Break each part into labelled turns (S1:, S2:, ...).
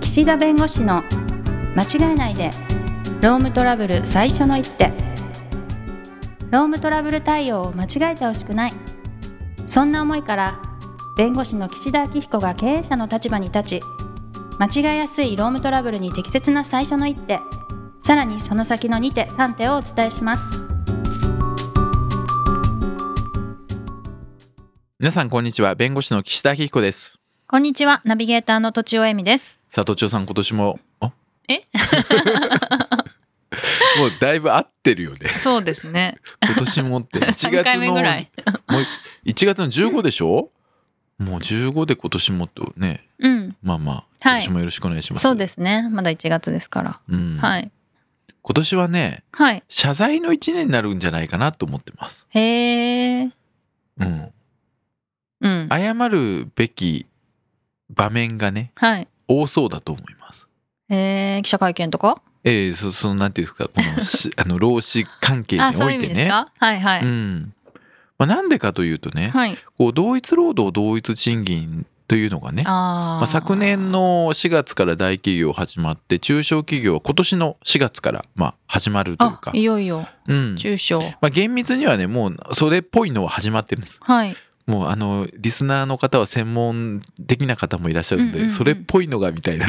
S1: 岸田弁護士の間違えないでロームトラブル最初の一手ロームトラブル対応を間違えてほしくないそんな思いから弁護士の岸田明彦が経営者の立場に立ち間違えやすいロームトラブルに適切な最初の一手さらにその先の2手3手をお伝えします
S2: 皆さんこんにちは弁護士の岸田明彦です
S1: こんにちはナビゲーターのとちおえみです
S2: さあとちおさん今年もあ
S3: え
S2: もうだいぶ合ってるよ ね
S3: そうですね。
S2: 今年もって1
S3: 3
S2: 月
S3: 回目
S2: の
S3: ぐ
S2: もう
S3: らい。
S2: 1月の15でしょもう15で今年もとね
S3: うん。
S2: まあまあ今
S3: はい
S2: 年もよろしくお願いします、
S3: そうですね。まだ1月ですから。
S2: うん
S3: はい。
S2: 今年はね
S3: はい。
S2: 謝罪の1年になるんじゃないかなと思ってます
S3: へえ。
S2: うん
S3: うん。
S2: 謝るべき場面がね
S3: はい。
S2: 多そうだと思います
S3: えー、記者会見とか
S2: ええそそのなんていうんですかこのし あの労使関係に
S3: あ、そ
S2: お
S3: ういう
S2: い
S3: 意
S2: て
S3: 味です
S2: ね
S3: かはいは
S2: う
S3: い。
S2: んまあ、なんでかというとね、
S3: はい。
S2: こう同一労働同一賃金というのがね
S3: あ
S2: まあ、
S3: あ。
S2: 昨年の4月から大企業始まって中小企業は今年の4月からまあ始まるという
S3: あ
S2: か、
S3: いよいよ。
S2: うん
S3: 中小。
S2: まあ、厳密にはねもうそれっぽいのは始まってるんです
S3: はい。
S2: もうあのリスナーの方は専門的な方もいらっしゃるんで、
S3: うんうんうん
S2: それっぽいのが みたいな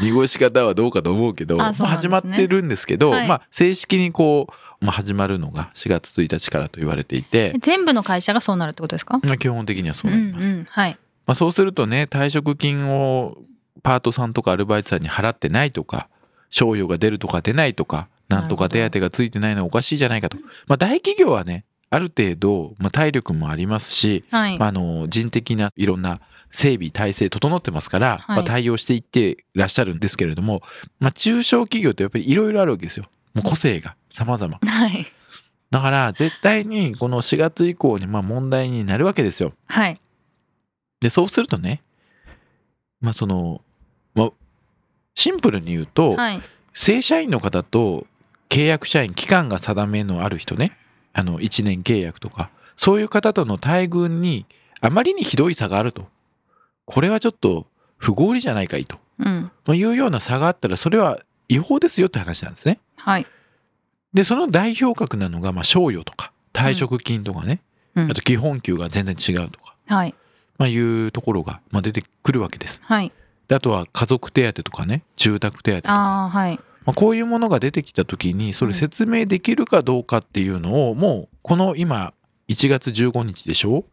S2: 濁し方はどうかと思うけど
S3: あ
S2: ま
S3: そう
S2: あ、
S3: なんで
S2: 始
S3: すね
S2: まってるんですけど
S3: はい
S2: まあ、正式にこう、まあ、始まるのが4月1日からと言われていて
S3: え、全部の会社がそうなるってことですか
S2: まあ、基本的にはそうなります。
S3: んうん。はい。
S2: まあ、そうするとね退職金をパートさんとかアルバイトさんに払ってないとか賞与が出るとか出ないとかなんとか手当がついてないのはおかしいじゃないかと、まあ、大企業はねある程度、まあ、体力もありますし、
S3: はい
S2: まあ、あの人的ないろんな整備体制整ってますから、
S3: はい
S2: まあ、対応していってらっしゃるんですけれども、まあ、中小企業ってやっぱりいろいろあるわけですよもう個性が様々
S3: はい。
S2: だから絶対にこの4月以降にまあ問題になるわけですよ
S3: はい。
S2: でそうするとねまあその、まあ、シンプルに言うと、
S3: はい。
S2: 正社員の方と契約社員期間が定めのある人ねあの1年契約とかそういう方との待遇にあまりにひどい差があるとこれはちょっと不合理じゃないかいと、
S3: うん。
S2: まあ、いうような差があったらそれは違法ですよって話なんですね。
S3: はい。
S2: でその代表格なのがまあ賞与とか退職金とかね、
S3: うん
S2: あと基本給が全然違うとか、
S3: はい。
S2: まあ、いうところがまあ出てくるわけです。
S3: はい。
S2: であとは家族手当とかね住宅手当とか
S3: ああ、はい。
S2: まあ、こういうものが出てきた時にそれ説明できるかどうかっていうのをもうこの今1月15日でしょ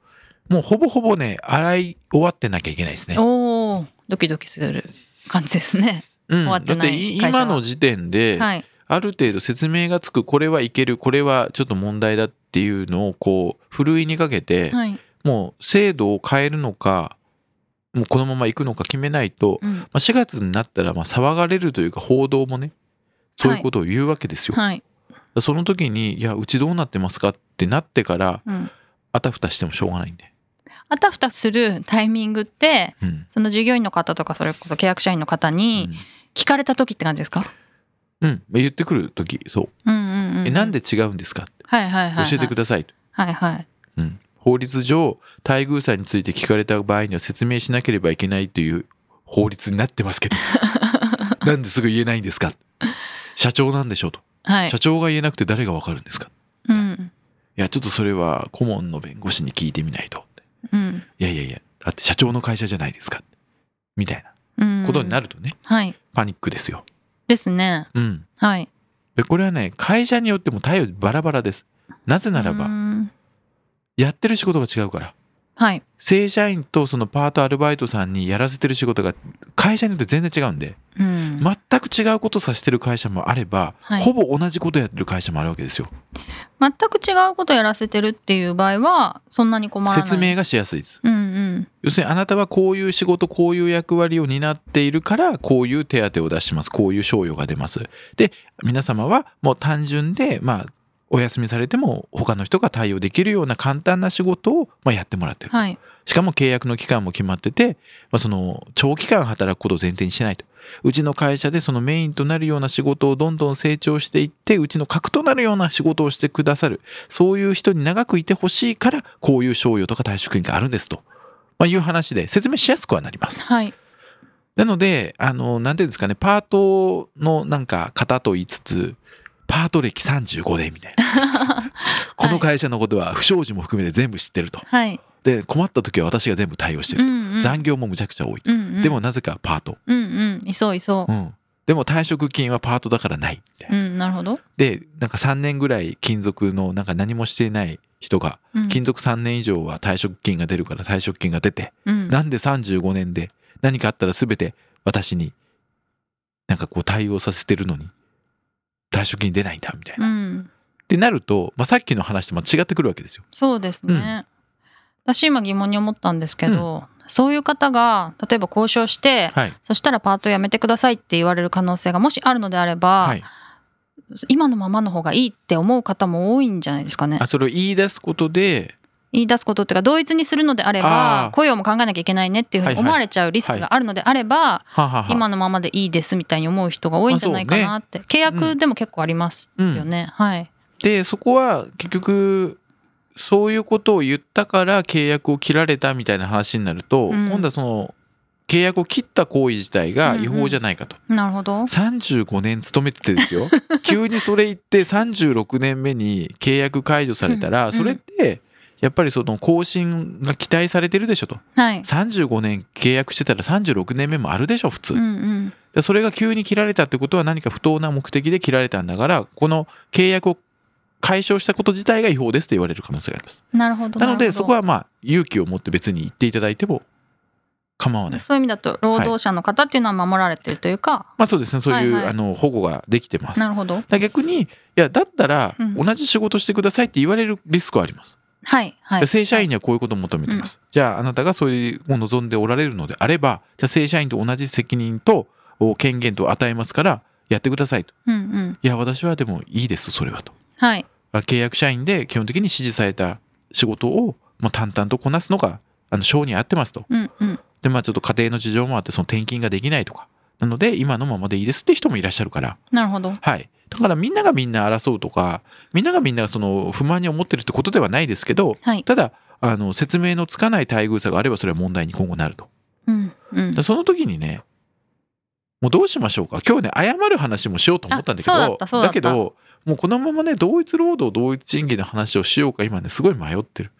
S2: もうほぼほぼね洗い終わってなきゃいけないですね。
S3: おお、ドキドキする感じですね。
S2: うん、
S3: 終わって
S2: だっ
S3: ない
S2: てい
S3: 会社は
S2: 今の時点で
S3: はい。
S2: ある程度説明がつくこれはいけるこれはちょっと問題だっていうのをこうふるいにかけて
S3: はい。
S2: もう制度を変えるのかもうこのまま行くのか決めないと
S3: うん。
S2: まあ、4月になったらまあ騒がれるというか報道もねそういうことを言うわけですよ。
S3: はい。
S2: その時に「いやうちどうなってますか?」ってなってから
S3: うん。
S2: あたふたしてもしょうがないんで。
S3: あたふたするタイミングって
S2: うん
S3: その従業員の方とかそれこそ契約社員の方
S2: う
S3: に
S2: ん
S3: 聞かれた時って感じですか、
S2: うん言ってくる時そう
S3: うん、うんうん
S2: 「えなんで違うんですか?」って
S3: はいはいはい、
S2: 教えてく
S3: だ
S2: ださいと。
S3: さいはいはい
S2: うん法律上待遇差について聞かれた場合には説明しなければいけないという法律になってま すけどなんですぐ言えないんですか社長なんでしょうと
S3: はい
S2: 社長が言えなくて誰がわかるんですか
S3: うん
S2: いやちょっとそれは顧問の弁護士に聞いてみないとって
S3: うん
S2: いやいやいや、だって社長の会社じゃないですか。みたい
S3: うん
S2: なことにな
S3: る
S2: るとね、
S3: はい
S2: パニックですよ。
S3: ですね
S2: うん。
S3: はい
S2: で、これはね、会社によっても対応バラバラです。なぜなら
S3: う
S2: ば、
S3: ん
S2: やってる仕事が違うから。
S3: はい
S2: 正社員とそのパートアルバイトさんにやらせてる仕事が会社によって全然違うんで
S3: うん、
S2: 全く違うことさせてる会社もあれば、
S3: はい
S2: ほぼ同じことやってる会社もあるわけですよ
S3: 全く違うことやらせてるっていう場合はそんなに困らない
S2: 説明がしやすいです
S3: うんうん
S2: 要するにあなたはこういう仕事こういう役割を担っているからこういう手当を出しますこういう賞与が出ますで皆様はもう単純でまあお休みされても他の人が対応できるような簡単な仕事をまあやってもらってる
S3: はい
S2: しかも契約の期間も決まってて、まあ、その長期間働くことを前提にしてないとうちの会社でそのメインとなるような仕事をどんどん成長していってうちの核となるような仕事をしてくださるそういう人に長くいてほしいからこういう賞与とか退職金があるんですと、まあ、いう話で説明しやすくはなります
S3: はい
S2: なので、あの、なんていうんですかね、パートのなんか型と言いつつ、パート歴35年みたいな。この会社のことは不祥事も含めて全部知ってると。
S3: はい。
S2: で、困った時は私が全部対応して
S3: う
S2: る。
S3: んうん。
S2: 残業もむちゃくちゃ多い。
S3: うんうん
S2: でも、なぜかパート。
S3: うんうん。いそういそ。
S2: うん。でも退職金はパートだからないみたいう
S3: う
S2: な。
S3: ん、なるほど。
S2: で、なんか3年ぐらい勤続のなんか何もしていない人が、
S3: うん
S2: 勤続3年以上は退職金が出るから退職金が出て、
S3: うん。
S2: なんで35年で何かあったら全て私になんかこう対応させてるのに退職金出ないんだみたいうな。っ
S3: ん。
S2: てなると、まあ、さっきの話とまた違ってくるわけですよ。
S3: そうですね。私今疑問に思ったんですけど、そういう方が例えば交渉して、
S2: はい。
S3: そしたらパートやめてくださいって言われる可能性がもしあるのであれば、
S2: はい、
S3: 今のままの方がいいって思う方も多いんじゃないですかね
S2: あ。それを言い出すことで
S3: 言い出すことっていうか同一にするのであれ
S2: あー
S3: ば雇用も考えなきゃいけないねっていうふう
S2: はい
S3: に
S2: はい
S3: 思われちゃうリスクがあるのであれば、
S2: はあはあはあ
S3: 今のままでいいですみたいに思う人が多いんじゃないかなって、契約でも結構ありますよね、はい
S2: でそこは結局そういうことを言ったから契約を切られたみたいな話になる
S3: う
S2: と、
S3: ん
S2: 今度はその契約を切った行為自体が
S3: うんうん
S2: 違法じゃないかと。
S3: なるほど
S2: 35年勤めて てですよ急にそれ言って36年目に契約解除された
S3: う
S2: ら
S3: ん
S2: それってやっぱりその更新が期待されてるでしょと
S3: はい
S2: 35年契約してたら36年目もあるでしょ普通
S3: うんうん
S2: でそれが急に切られたってことは何か不当な目的で切られたんだからこの契約を解消したこと自体が違法ですと言われる可能性があります
S3: なるほど
S2: なの
S3: る
S2: で
S3: ほど
S2: そこはまあ勇気を持って別に言っていただいても構わない
S3: そういう意味だと労働者の方っていうのは守られてるというか、
S2: まあそうですねそういう
S3: はいはい
S2: あの保護ができてます
S3: なるほど
S2: だから逆にいやだったら
S3: うん
S2: 同じ仕事してくださいって言われるリスクはあります、
S3: はいはい
S2: 正社員にはこういうことを求めてます、じゃああなたがそれを望んでおられるのであればじゃあ正社員と同じ責任とお権限と与えますからやってくださいと
S3: うんうん
S2: いや私はでもいいですそれはと
S3: はい
S2: まあ契約社員で基本的に指示された仕事をまあ淡々とこなすのがあの性に合ってますと
S3: うんうん
S2: でまあちょっと家庭の事情もあってその転勤ができないとかなので今のままでいいですって人もいらっしゃるから
S3: なるほど
S2: はい。だからみんながみんな争うとか、みんながみんなその不満に思ってるってことではないですけど、
S3: はい
S2: ただ、あの、説明のつかない待遇差があればそれは問題に今後なると。
S3: うんう
S2: だ
S3: ん
S2: からその時にね、もうどうしましょうか。今日ね、謝る話もしようと思ったんだけど、
S3: あそうだったそうだった
S2: けど、もうこのままね、同一労働同一賃金の話をしようか、今ね、すごい迷ってる。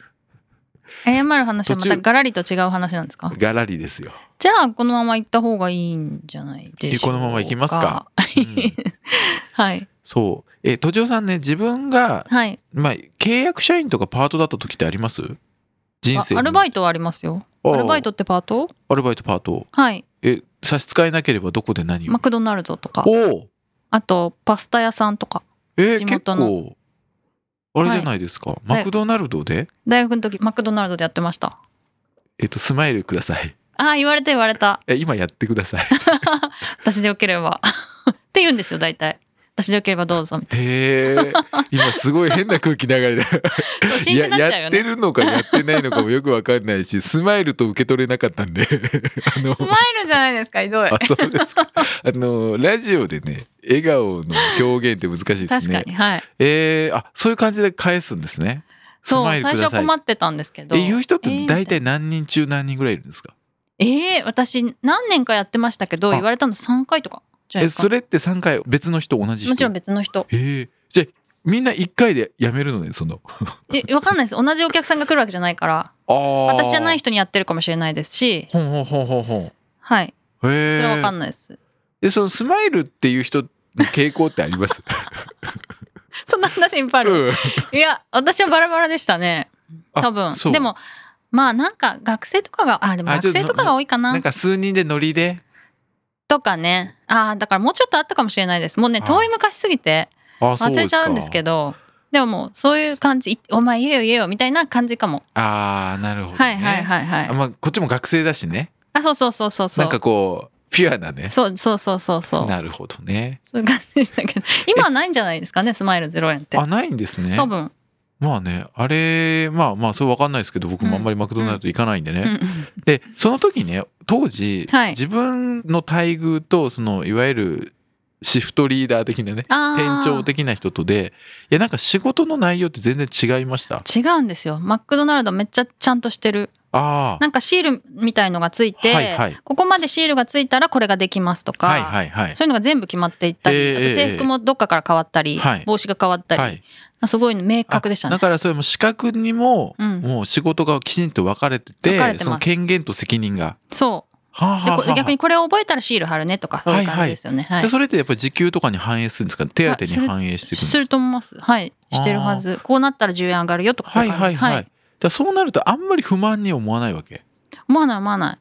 S3: 謝る話はま
S2: 途
S3: た
S2: 中
S3: ガラリと違う話なんですか
S2: ガラリで すよ。
S3: じゃあこのまま行った方がいいんじゃないでしょうか
S2: このまま行きますかうん
S3: はい
S2: そう。え、とちおさんね、自分が、
S3: はい
S2: まあ、契約社員とかパートだった時ってあります人
S3: あ
S2: 生に
S3: アルバイトはありますよアルバイトってパート
S2: アルバイトパート
S3: はい
S2: え差し支えなければどこで何を、
S3: マクドナルドとか
S2: おお
S3: あとパスタ屋さんとか
S2: えー
S3: 地
S2: 結
S3: 元の
S2: 構あれじゃないですか、マクドナルドで、
S3: 大学の時マクドナルドでやってました
S2: えっとスマイルください
S3: ああ言われた言われた
S2: え今やってください
S3: 私でよければ って言うんですよ大体私でよければどうぞみ
S2: へえ今すごい変な空気流れだ
S3: たいなそう真
S2: いや
S3: 剣になっちゃう
S2: や
S3: よ
S2: って
S3: ね
S2: るのかやってないのかもよくわかんないしスマイルと受け取れなかったんで あの
S3: スマイルじゃないですかひどい
S2: あそうですかあのラジオでね笑顔の表現って難しいです
S3: 確か
S2: ね
S3: にはい
S2: えー、あそういう感じで返すんですねス
S3: そう
S2: マイ
S3: 最
S2: ルく
S3: 初
S2: だ
S3: は
S2: さい
S3: 困ってたんですけど
S2: え言う人って大
S3: えー
S2: 体何人中何人ぐらいいるんですか、
S3: みたいなえー私何年かやってましたけど
S2: あ
S3: 言われたの3回とかじゃない
S2: え
S3: ですか
S2: それって3回別の人同じ人
S3: もちろん別の人
S2: えーじゃあみんな1回でやめるのねその
S3: えわかんないです同じお客さんが来るわけじゃないから私じゃない
S2: 人
S3: 人にやってるかもしれないですし
S2: ほんほんほんほんほんへ
S3: はいそれはわ
S2: え
S3: かんないです
S2: でそのスマイルっていう人の傾向ってあります
S3: そんな話いっぱい ある
S2: うん
S3: いや私はバラバラでしたね
S2: あ
S3: 多分
S2: そう
S3: でもまあなんか学生とかがあでも
S2: あちょ
S3: 学
S2: っ
S3: 生
S2: と
S3: とかが多いかな
S2: なんか数人でノリで
S3: とかねあーだからもうちょっとあったかもしれないですもうね
S2: あ
S3: 遠い昔すぎて
S2: あ
S3: 忘れちゃうんですけ
S2: ど
S3: どでももうそういう感じいお前言えよ言えよみたいな感じかも、
S2: あーなるほど、ね、
S3: はいはいはいはい
S2: あまあ、こっちも学生だしね
S3: あそうそうそうそうそ
S2: なん
S3: う
S2: かこうピュアなね
S3: そうそうそうそうそう
S2: なるほどね
S3: そういう感じでしたけど今はないんじゃないですかねスマイルゼロ円って
S2: あないんですね
S3: 多分、
S2: まあねあれまあまあそうわかんないですけど僕もあんまりマクドナルド行かないんでね、
S3: うんうん、
S2: でその時ね当時、
S3: はい
S2: 自分の待遇とそのいわゆるシフトリーダー的なね
S3: あ
S2: 店
S3: ー
S2: 長的な人とでいやなんか仕事の内容って全然違いました
S3: 違うんですよマクドナルドめっちゃちゃんとしてる
S2: ああ
S3: なんかシールみたいのがついて、
S2: はいはい
S3: ここまでシールがついたらこれができますとか、
S2: はいはいはい
S3: そういうのが全部決まっていったり、
S2: ええ
S3: あと制服もどっかから変わったり、
S2: はい
S3: 帽子が変わったり、
S2: はい
S3: すごい明
S2: あ
S3: 確でしたね
S2: だ。からそれも資格にも、
S3: うん
S2: もう仕事がきちんと分かれてて
S3: 分かれてます
S2: その権限と責任が
S3: そう
S2: はあ
S3: で
S2: はあは
S3: こ
S2: あはあ
S3: 逆にこれを覚えたらシール貼るねとかそういう感じですよね。はい
S2: でそれってやっぱり時給とかに反映するんですか手当に反映してくるんですす
S3: る
S2: か
S3: と思います。はいしてるはずこうなったら10円上がるよとかそうう
S2: はい
S3: 感じ
S2: はいはい、だからそうなるとあんまり不満に思わないわけ
S3: 思わない思わない。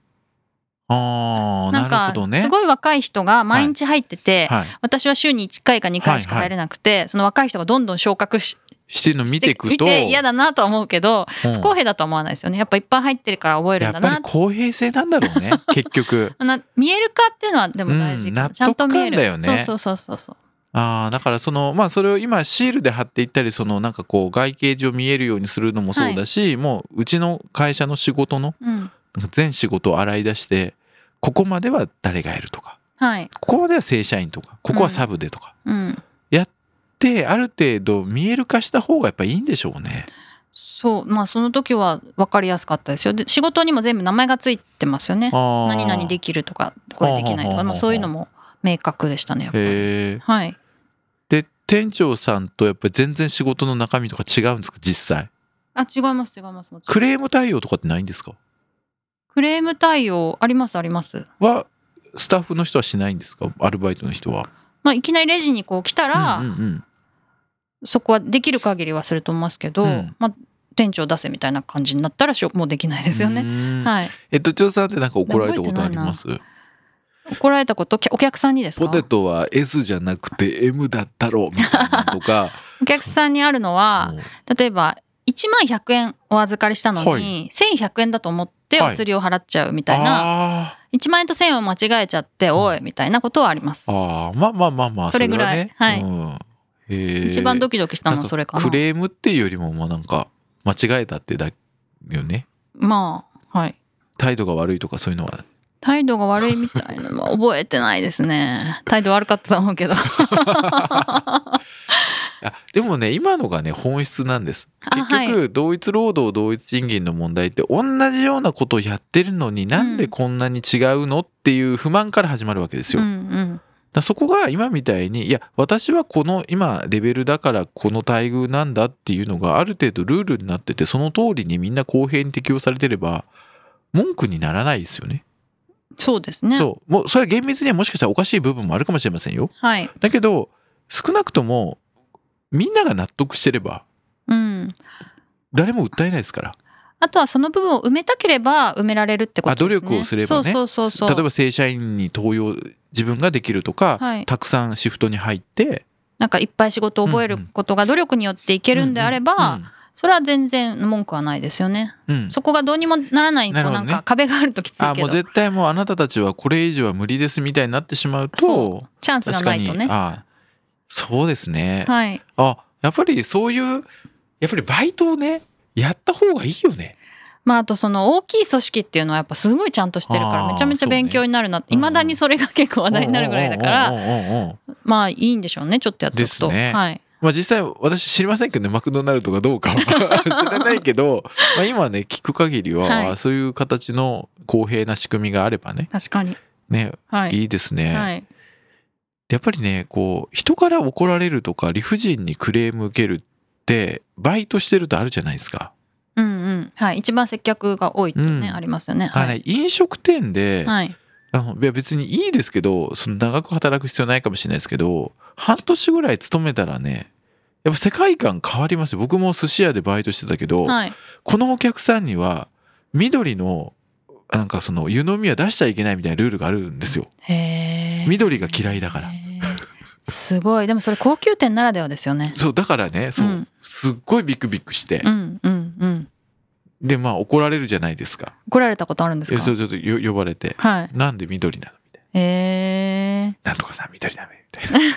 S2: ああ
S3: な
S2: なんる
S3: か
S2: ほどね
S3: すごい若い人が毎日入ってて、
S2: はい、
S3: 私は週に1回か2回しか入れなくて、その若い人がどんどん昇格し
S2: してるの見ていくと
S3: 見て嫌だなとは思うけど
S2: うん
S3: 不公平だとは思わないですよねやっぱいっぱい入ってるから覚える
S2: や
S3: んだ
S2: っぱり
S3: な
S2: 公平性なんだろう ね結局
S3: な見えるかっていうのはでも大事かも、
S2: うん
S3: ちゃんと見える
S2: 納得感だよね
S3: そうそうそうそう
S2: ああだからそのまあそれを今シールで貼っていったりそのなんかこう外形上見えるようにするのもそうだし、もううちの会社の仕事の
S3: そう、うん、
S2: 全仕事を洗い出してここまでは誰がやるとか
S3: はい、
S2: ここまでは正社員とかここはサブでとか、
S3: うん、
S2: である程度見える化した方がやっぱいいんでしょうね。
S3: そうまあその時は分かりやすかったですよで仕事にも全部名前がついてますよね
S2: 何
S3: 何々できるとかこれできないと
S2: あ
S3: か
S2: ー
S3: まあ、そういうのも明確でしたねやっぱり
S2: へえ
S3: はい
S2: で店長さんとやっぱり全然仕事の中身とか違うんですか実際
S3: あ違います違いますもちろん
S2: クレーム対応とかってないんですか
S3: クレーム対応ありますあります
S2: はスタッフの人はしないんですかアルバイトの人は。
S3: まあいきなりレジにこう来たら、
S2: うんうんうん
S3: そこはできる限りはすると思いますけど、
S2: うん
S3: まあ店長出せみたいな感じになったらしょもうできないですよ
S2: う
S3: ね。
S2: ーん
S3: はい、
S2: えっと長さんってなんか怒られたことあります
S3: 怒られたこときゃお客さんにですか
S2: ポテトは S じゃなくて M だったろうみたいなのとか
S3: お客さんに あるのは
S2: もう
S3: 例えば1万100円お預かりしたのに、
S2: はい
S3: 1100円だと思ってお釣りを払っちゃうみたいな、
S2: あ
S3: 1万円と1000円を間違えちゃっておいみたいなことはあります
S2: ー。あーまあまあまあまあ
S3: それぐらい
S2: は
S3: は
S2: ね
S3: い
S2: うんへえ
S3: 一番ドキドキしたの
S2: な
S3: は
S2: んか
S3: それかな。
S2: クレームっていうよりもまあなんか間違えたってだよね
S3: まあはい
S2: 態度が悪いとかそういうのは
S3: 態度が悪いみたいなのは覚えてないです ね。態度悪かったと思うけど。
S2: あでもね今のがね本質なんです
S3: あ
S2: 結
S3: はい
S2: 局同一労働同一賃金の問題って同じようなことをやってるのになんでこんなに違うのっていう不満から始まるわけです
S3: うん
S2: よ、
S3: う
S2: だか
S3: ん
S2: らそこが今みたいにいや私はこの今レベルだからこの待遇なんだっていうのがある程度ルールになっててその通りにみんな公平に適用されてれば文句にならないですよね
S3: そうですね。
S2: そう。もう、それは厳密にはもしかしたらおかしい部分もあるかもしれませんよ。
S3: はい。
S2: だけど、少なくとも、みんなが納得してれば、
S3: うん。
S2: 誰も訴えないですから。
S3: あとはその部分を埋めたければ埋められるってことですね。
S2: あ努力をすればね
S3: そうそうそうそう。
S2: 例えば正社員に登用、自分ができるとか、
S3: はい
S2: たくさんシフトに入って、
S3: なんかいっぱい仕事を覚えることが努力によっていけるんであれば、それは全然文句はないですよね。
S2: うん、うん。うん
S3: そこがどうにもならない
S2: なる
S3: こう
S2: ほ
S3: な
S2: ど
S3: ん
S2: ね
S3: か壁があるときつい
S2: あ
S3: け
S2: も
S3: ど、
S2: う絶対もうあなたたちはこれ以上は無理ですみたいになってしまうと
S3: そチャンスが
S2: 確
S3: な
S2: か
S3: い
S2: に
S3: とね。
S2: あそうですね、
S3: はい。
S2: あやっぱりそういうやっぱりバイトをねやった方がいいよね
S3: まああとその大きい組織っていうのはやっぱすごいちゃんとしてるか
S2: あ
S3: ら
S2: ー
S3: めちゃめちゃ勉強になるな。
S2: うね
S3: いまだにそれが結構話題になるぐらいだから
S2: うん、うんうんうんうん
S3: まあいいんでしょうね。ちょっとやっておくと。
S2: ですね
S3: はい。
S2: まあ実際私知りませんけどねマクドナルドがどうか は知らないけど、まあ、今ね聞く限りは、
S3: はい
S2: そういう形の公平な仕組みがあればね
S3: 確かに。
S2: ね
S3: はい。
S2: いいですね、
S3: はい。
S2: やっぱりねこう人から怒られるとか理不尽にクレーム受けるってバイトしてるとあるじゃないですか。
S3: うんうん。はい。一番接客が多いっていうね、
S2: うん
S3: ありますよね。
S2: あ
S3: は
S2: の
S3: い。
S2: ね飲食店で、
S3: はい。
S2: あのいや別にいいですけどその長く働く必要ないかもしれないですけど半年ぐらい勤めたらねやっぱ世界観変わりますよ僕も寿司屋でバイトしてたけど、
S3: はい。
S2: このお客さんには緑のなんかその湯飲みは出しちゃいけないみたいなルールがあるんですよ
S3: へえ。
S2: 緑が嫌いだから
S3: へー。すごい。でもそれ高級店ならではですよね。
S2: そうだからねそう、
S3: うん
S2: すっごいビクビクして
S3: う、んうんうん。
S2: でまあ怒られるじゃないですか
S3: 怒られたことあるんです
S2: え
S3: か
S2: そうちょっとよ呼ばれて
S3: はい
S2: 「なんで緑なの?」みたい
S3: へえ。
S2: な「なんとかさん緑ダメ」み たいな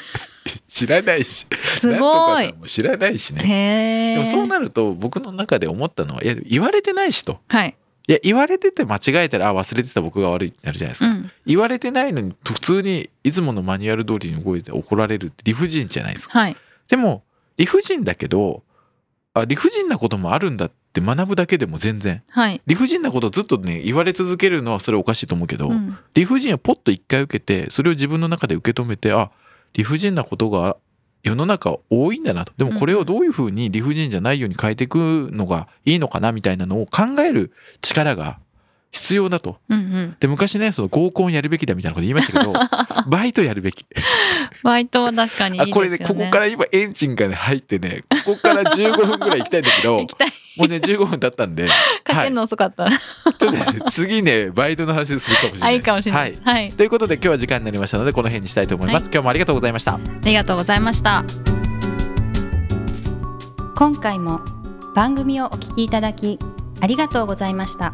S2: 知らないし
S3: す
S2: なんとか
S3: ご
S2: さ
S3: い
S2: ん。も知らないしね
S3: へえ。
S2: でもそうなると僕の中で思ったのはいや言われてないしと
S3: はい。
S2: いや言われてて間違えたらあ忘れてた僕が悪いってなるじゃないですか
S3: う、ん。
S2: 言われてないのに普通にいつものマニュアル通りに動いて怒られるって理不尽じゃないですか
S3: はい。
S2: でも理不尽だけどあ理不尽なこともあるんだっって学ぶだけでも全然
S3: はい。
S2: 理不尽なことをずっとね言われ続けるのはそれおかしいと思うけど、
S3: うん
S2: 理不尽をポッと一回受けてそれを自分の中で受け止めてあ理不尽なことが世の中多いんだなとでもこれをどういうふうに理不尽じゃないように変えていくのがいいのかなみたいなのを考える力が必要だと。
S3: うんうん。
S2: で昔ねその合コンやるべきだみたいなこと言いました けどバイトやるべき
S3: バイトは確かにいい
S2: あ
S3: です
S2: こ
S3: よね。
S2: れねここから今エンジンがね入ってねここから15分ぐらい行きたいんだけど
S3: 行きたい。
S2: もうね15分経ったんで
S3: かけるの遅かった。
S2: ちょっとね次ねバイトの話するかもしれな
S3: あ、
S2: い
S3: い
S2: で
S3: い
S2: す
S3: かもしれない
S2: は
S3: です。はい。
S2: ということで今日は時間になりましたのでこの辺にしたいと思います、今日もありがとうございました
S3: ありがとうございました。
S1: 今回も番組をお聞きいただきありがとうございました